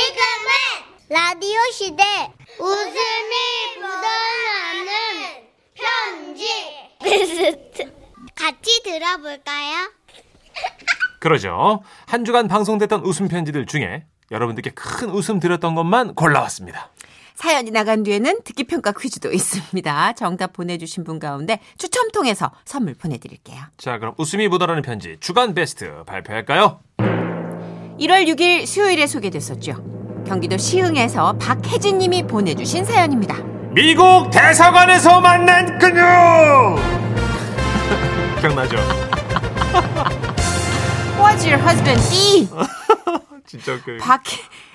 지금은 라디오 시대 웃음이 묻어나는 편지 베스트 같이 들어볼까요? 그러죠. 한 주간 방송됐던 웃음 편지들 중에 여러분들께 큰 웃음 드렸던 것만 골라왔습니다. 사연이 나간 뒤에는 듣기 평가 퀴즈도 있습니다. 정답 보내주신 분 가운데 추첨 통해서 선물 보내드릴게요. 자, 그럼 웃음이 묻어나는 편지 주간 베스트 발표할까요? 1월 6일 수요일에 소개됐었죠. 경기도 시흥에서 박혜진님이 보내주신 사연입니다. 미국 대사관에서 만난 그녀. 기억나죠? What's your husband B? 진짜 그 박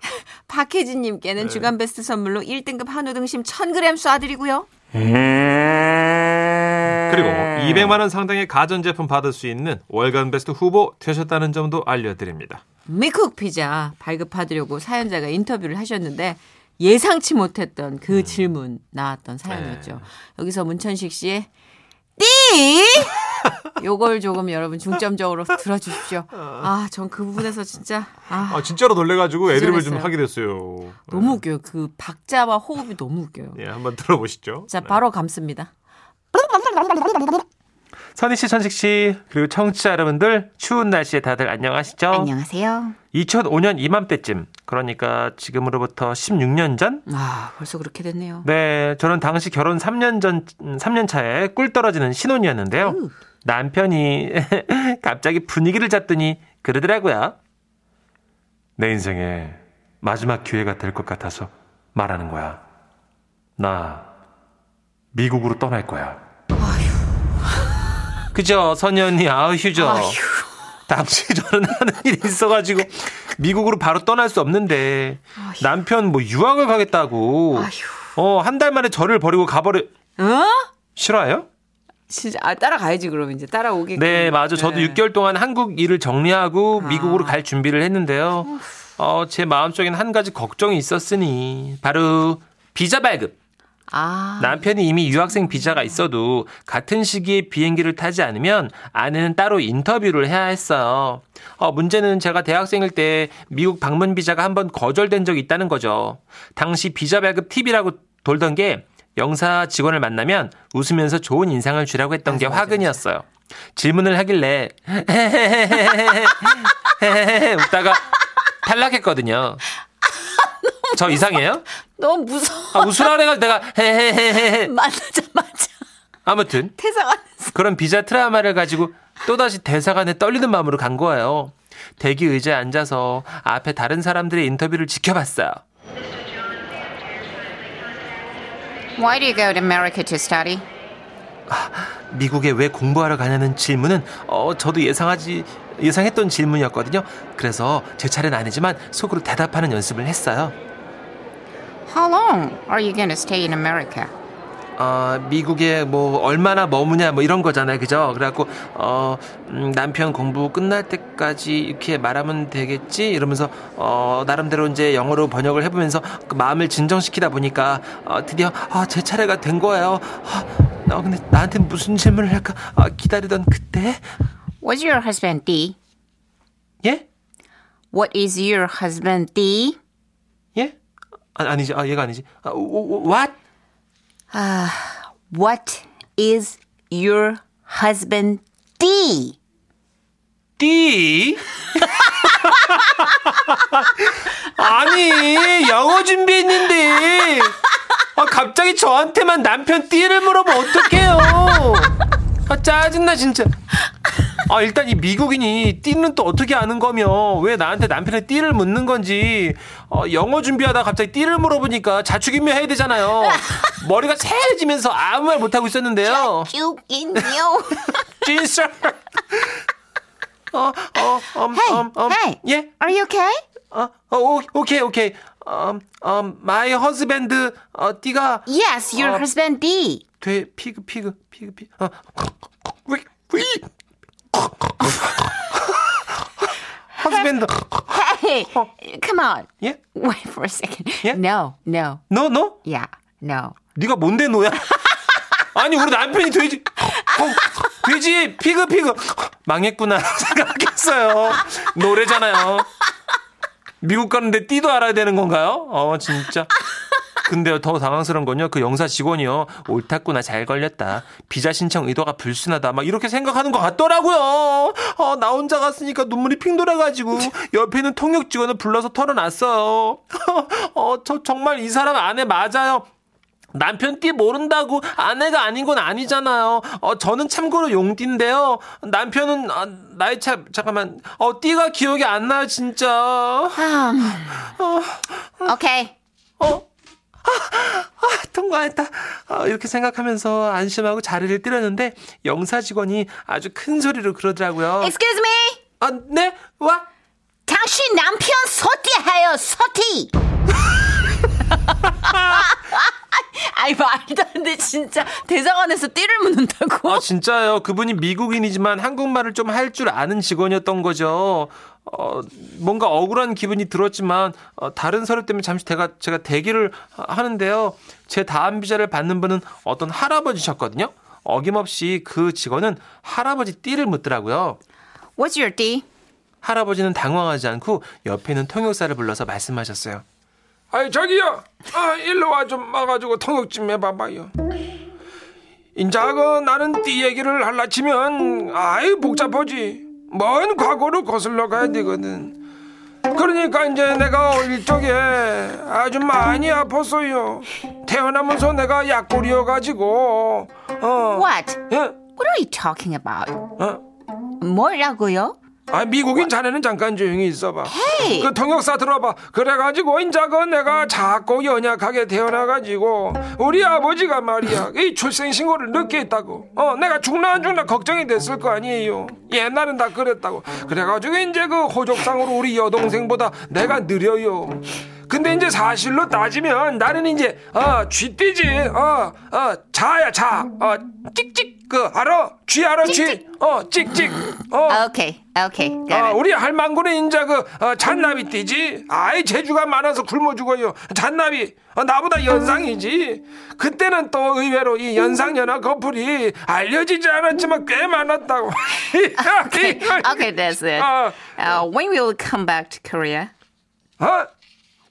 박혜진님께는 주간 베스트 선물로 1등급 한우 등심 1,000g 쏴드리고요. 그리고 200만 원 상당의 가전 제품 받을 수 있는 월간 베스트 후보 되셨다는 점도 알려드립니다. 미쿡 피자 발급하드려고 사연자가 인터뷰를 하셨는데 예상치 못했던 그 음. 질문 나왔던 사연이었죠. 네. 여기서 문천식 씨의 띠 요걸 조금 여러분 중점적으로 들어주십시오. 아, 전 그 부분에서 진짜 아, 아 진짜로 놀래가지고 애드립을 좀 기절했어요. 하게 됐어요. 너무 웃겨요. 그 박자와 호흡이 너무 웃겨요. 예, 한번 들어보시죠. 자, 바로 감습니다. 선희 씨, 천식 씨, 그리고 청취자 여러분들, 추운 날씨에 다들 안녕하시죠? 안녕하세요. 2005년 이맘때쯤, 그러니까 지금으로부터 16년 전? 아, 벌써 그렇게 됐네요. 네, 저는 당시 결혼 3년 전, 3년 차에 꿀 떨어지는 신혼이었는데요. 남편이 갑자기 분위기를 잡더니 그러더라고요. 내 인생의 마지막 기회가 될 것 같아서 말하는 거야. 나 미국으로 떠날 거야. 그죠, 선현이 아우 휴죠. 당시 저는 하는 일이 있어가지고 미국으로 바로 떠날 수 없는데 남편 뭐 유학을 가겠다고 어 한 달 만에 저를 버리고 가버려 어? 싫어요? 진짜 아, 따라가야지 그럼 이제 따라오게. 네, 맞아. 저도 6개월 동안 한국 일을 정리하고 미국으로 갈 준비를 했는데요. 어, 제 마음속엔 한 가지 걱정이 있었으니 바로 비자 발급. 아, 남편이 이미 유학생 비자가 있어도 같은 시기에 비행기를 타지 않으면 아내는 따로 인터뷰를 해야 했어요. 어, 문제는 제가 대학생일 때 미국 방문 비자가 한 번 거절된 적이 있다는 거죠. 당시 비자 발급 팁이라고 돌던 게 영사 직원을 만나면 웃으면서 좋은 인상을 주라고 했던 게 화근이었어요. 질문을 하길래 웃다가 탈락했거든요. 저 이상해요? 너무 무서워. 아, 웃으라 그래가 내가 헤헤헤헤 만나자마자 아무튼 퇴사하면서 그런 비자 트라우마를 가지고 또다시 대사관에 떨리는 마음으로 간 거예요. 대기 의자에 앉아서 앞에 다른 사람들의 인터뷰를 지켜봤어요. Why do you go to America to study? 미국에 왜 공부하러 가냐는 질문은 어 저도 예상하지 예상했던 질문이었거든요. 그래서 제 차례는 아니지만 속으로 대답하는 연습을 했어요. How long are you going to stay in America? 어, 미국에 뭐 얼마나 머무냐 뭐 이런 거잖아요, 그죠? 그래갖고 어, 음, 남편 공부 끝날 때까지 이렇게 말하면 되겠지 이러면서 어, 나름대로 이제 영어로 번역을 해보면서 그 마음을 진정시키다 보니까 어, 드디어 아, 제 차례가 된 거예요. 아, 어, 근데 나한테 무슨 질문을 할까 아, 기다리던 그때 What's your husband D? 예? What is your husband D? 예? 아, 아니지, 아, 얘가 아니지. 아, 오, 오, what? What is your husband D? D. 아니 영어 준비했는데 아, 갑자기 저한테만 남편 띠를 물어보면 어떡해요 아, 짜증나 진짜 아 일단 이 미국인이 띠는 또 어떻게 아는 거며 왜 나한테 남편의 띠를 묻는 건지 어, 영어 준비하다 갑자기 띠를 물어보니까 자축인묘 해야 되잖아요 머리가 새해지면서 아무 말 못하고 있었는데요 죽인요. 진짜 어, 어, um, um, um. hey. 예, Are you okay? 어, 어, 오, 오케이, 오케이. Um, um, my husband, 어, 띠가 Yes, your 어. husband D. 돼, 피그, 피그, 피그, 피그. 어, 위, 위. husband, Hey, come on. 예? Wait for a second. Yeah? No, no, 너, 너? yeah, no. 네가 뭔데 너야? 아니 우리 남편이 돼지 어, 돼지 피그 피그 망했구나 생각했어요 노래잖아요 미국 가는데 띠도 알아야 되는 건가요? 어, 진짜. 근데요, 더 당황스러운 건요, 그 영사 직원이요, 옳았구나, 잘 걸렸다. 비자 신청 의도가 불순하다. 막 이렇게 생각하는 것 같더라고요. 어, 나 혼자 갔으니까 눈물이 핑 돌아가지고, 옆에 있는 통역 직원을 불러서 털어놨어요. 어, 저 정말 이 사람 안에 맞아요. 남편 띠 모른다고 아내가 아닌 건 아니잖아요. 어, 저는 참고로 용띠인데요. 남편은 아, 나이 차 잠깐만. 어, 띠가 기억이 안 나요, 진짜. 아, 오케이. 어? 아, 아, 통과했다. 아, 이렇게 생각하면서 안심하고 자리를 뜨려는데 영사 직원이 아주 큰 소리로 그러더라고요. Excuse me. 아, 네? 와? 당신 남편 서티해요. 서티. 아이 말도 안 돼 진짜 대사관에서 띠를 묻는다고. 아, 진짜요. 그분이 미국인이지만 한국말을 좀 할 줄 아는 직원이었던 거죠. 어, 뭔가 억울한 기분이 들었지만, 어, 다른 서류 때문에 잠시 제가, 제가 대기를 하- 하는데요. 제 다음 비자를 받는 분은 어떤 할아버지셨거든요. 어김없이 그 직원은 할아버지 띠를 묻더라고요. What's your 띠? 할아버지는 당황하지 않고 옆에 있는 통역사를 불러서 말씀하셨어요. 아 저기요, 아, 일로 와 좀 와가지고 통역 좀 해봐봐요. 인자 그 나는 띠 얘기를 할라 치면 아이 복잡하지. 먼 과거로 거슬러 가야 되거든. 그러니까 이제 내가 어릴 적에 아주 많이 아팠어요. 태어나면서 내가 약골이어가지고 어, What? 예? What are you talking about? 어? 뭐라고요? 아 미국인 자네는 잠깐 조용히 있어봐. 헤이! 그 통역사 들어봐. 그래가지고 인자 그 내가 작고 연약하게 태어나가지고 우리 아버지가 말이야 이 출생신고를 늦게 했다고. 어 내가 죽나 안 죽나 걱정이 됐을 거 아니에요. 옛날엔 다 그랬다고. 그래가지고 이제 그 호적상으로 우리 여동생보다 내가 느려요. 근데 이제 사실로 따지면 나는 이제 어 쥐띠지 어어 자야 자어 찍찍 그 알아 쥐 알아 쥐어 찍찍 어 아, 오케이 오케이. 아, 네. got it. 우리 할망군의 인자 그 어, 음. 잔나비 띠지. 아이 재주가 많아서 굶어 죽어요. 잔나비 어, 나보다 연상이지. 그때는 또 의외로 이 연상 연하 커플이 알려지지 않았지만 꽤 많았다고. 아, 네. Okay, okay, that's it. 아. Uh, when will you come back to Korea? 어?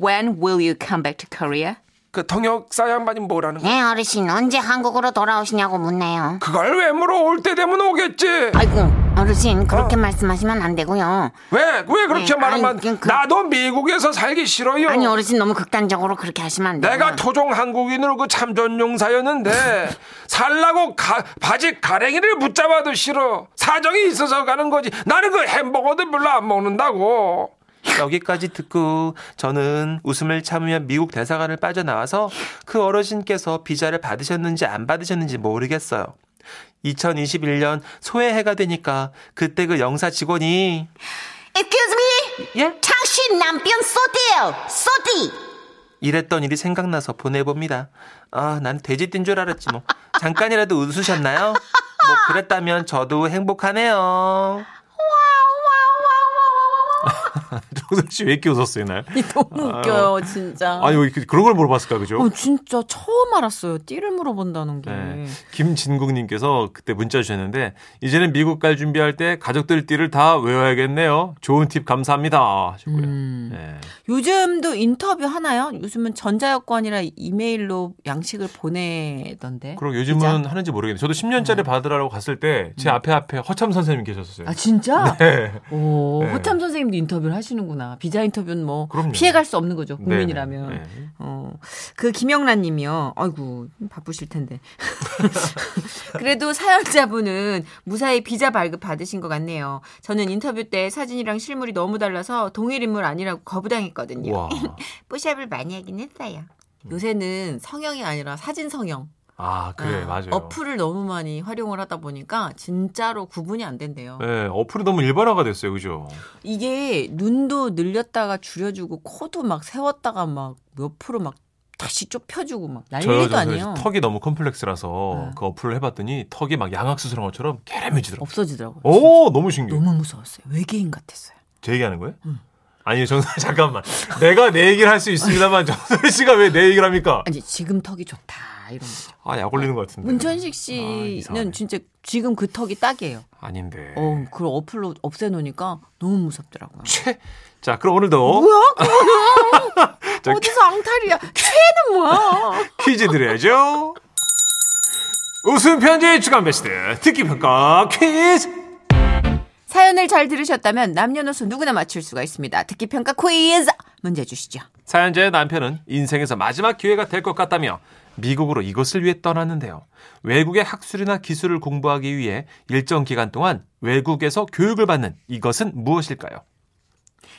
When will you come back to Korea? 그 통역사 양반이 뭐라는 거야? 네, 어르신, 언제 한국으로 돌아오시냐고 묻네요. 그걸 왜 물어? 올 때 되면 오겠지. 아이고, 어르신, 그렇게 말씀하시면 안 되고요. 왜? 왜 그렇게 네, 말하면 아니, 그- 나도 미국에서 살기 싫어요. 아니, 어르신, 너무 극단적으로 그렇게 하시면 안 돼요. 내가 토종 한국인으로 그 참전용사였는데 살라고 가- 바지 가랭이를 붙잡아도 싫어 사정이 있어서 가는 거지 나는 그 햄버거도 별로 안 먹는다고 여기까지 듣고 저는 웃음을 참으며 미국 대사관을 빠져나와서 그 어르신께서 비자를 받으셨는지 안 받으셨는지 모르겠어요 2021년 소해해가 되니까 그때 그 영사 직원이 Excuse me? 예? 당신 남편 쏘디요! 쏘디! 이랬던 일이 생각나서 보내봅니다. 아, 난 돼지띠인 줄 알았지 뭐. 잠깐이라도 웃으셨나요? 뭐 그랬다면 저도 행복하네요. 정선 씨왜 이렇게 웃었어요, 날? 너무 웃겨요 진짜. 아니, 왜 이렇게 그런 걸 물어봤을까, 그죠? 어, 진짜 처음 알았어요. 띠를 물어본다는 게. 네. 김진국님께서 그때 문자 주셨는데, 이제는 미국 갈 준비할 때 가족들 띠를 다 외워야겠네요. 좋은 팁 감사합니다. 아, 하셨고요. 음. 네. 요즘도 인터뷰 하나요? 요즘은 전자여권이라 이메일로 양식을 보내던데. 그럼 요즘은 하는지 모르겠는데, 저도 10년짜리 받으라고 갔을 때, 제 앞에 앞에 허참 선생님 계셨었어요. 어. 음. 아 진짜? 네. 오 네. 호참 선생님도 인터뷰를 하시는구나. 비자 인터뷰는 뭐 그럼요. 피해갈 수 없는 거죠. 국민이라면. 네, 네. 어, 그 김영란님이요. 아이고 바쁘실 텐데. 그래도 사연자분은 무사히 비자 발급 받으신 것 같네요. 저는 인터뷰 때 사진이랑 실물이 너무 달라서 동일 인물 아니라고 거부당했거든요. 와. 뿌샵을 많이 하긴 했어요. 요새는 성형이 아니라 사진 성형. 아, 그래, 아, 맞아요. 어플을 너무 많이 활용을 하다 보니까 진짜로 구분이 안 된대요. 네, 어플이 너무 일반화가 됐어요, 그죠? 이게 눈도 늘렸다가 줄여주고 코도 막 세웠다가 막 몇 프로 막 다시 좁혀주고 막 저요, 난리도 저 아니에요. 턱이 너무 컴플렉스라서 네. 그 어플을 해봤더니 턱이 막 양악 수술한 것처럼 갸름해지더라고요. 없어지더라고요. 오, 너무 신기해. 너무 무서웠어요. 외계인 같았어요. 제 얘기하는 거예요? 아니요, 정선 잠깐만. 내가 내 얘기를 할 수 있습니다만 정선 씨가 왜 내 얘기를 합니까? 아니 지금 턱이 좋다 이런 거죠. 아, 약 올리는 것 같은데. 문천식 아, 씨는 이상하네. 네. 진짜 지금 그 턱이 딱이에요. 아닌데. 어, 그걸 어플로 없애놓으니까 너무 무섭더라고요. 채 자, 그럼 오늘도 뭐야 그거는 자, 어디서 앙탈이야 최는 뭐야 퀴즈 드려야죠. 웃음 편지 주간 베스트 듣기 평가 퀴즈. 사연을 잘 들으셨다면 남녀노소 누구나 맞출 수가 있습니다 듣기평가 퀴즈 문제 주시죠 사연자의 남편은 인생에서 마지막 기회가 될 것 같다며 미국으로 이것을 위해 떠났는데요. 외국의 학술이나 기술을 공부하기 위해 일정 기간 동안 외국에서 교육을 받는 이것은 무엇일까요?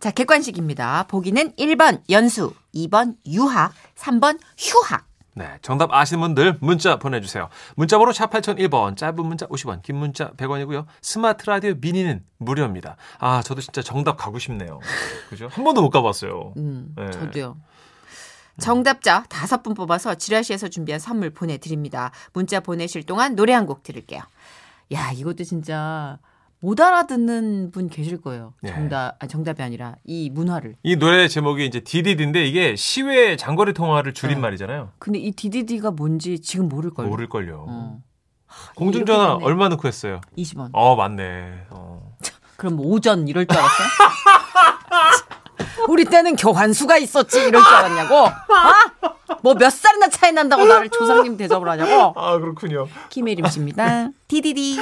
자, 객관식입니다. 보기는 1번 연수, 2번 유학, 3번 휴학. 네, 정답 아시는 분들 문자 보내주세요. 문자번호 샵 8001번, 짧은 문자 50원, 긴 문자 100원이고요. 스마트 라디오 미니는 무료입니다. 아, 저도 진짜 정답 가고 싶네요. 그죠? 한 번도 못 가봤어요. 음. 네. 저도요. 정답자 다섯 분 뽑아서 지라시에서 준비한 선물 보내드립니다. 문자 보내실 동안 노래 한 곡 들을게요. 야, 이것도 진짜 못 알아듣는 분 계실 거예요. 예. 정답, 아니, 정답이 아니라 이 문화를. 이 노래 제목이 이제 디디디인데 이게 시외 장거리 통화를 음. 줄인 말이잖아요. 근데 이 DDD가 뭔지 지금 모를 걸요. 모를걸요. 어, 공중전화 아, 이렇게 됐네. 얼마 넣고 했어요? 20원. 어, 맞네. 어. 그럼 뭐 오전 이럴 줄 알았어? 우리 때는 교환수가 있었지 이럴 줄 알았냐고? 뭐 몇 살이나 차이 난다고 나를 조상님 대접을 하냐고? 아, 그렇군요. 김혜림 씨입니다. 디디디.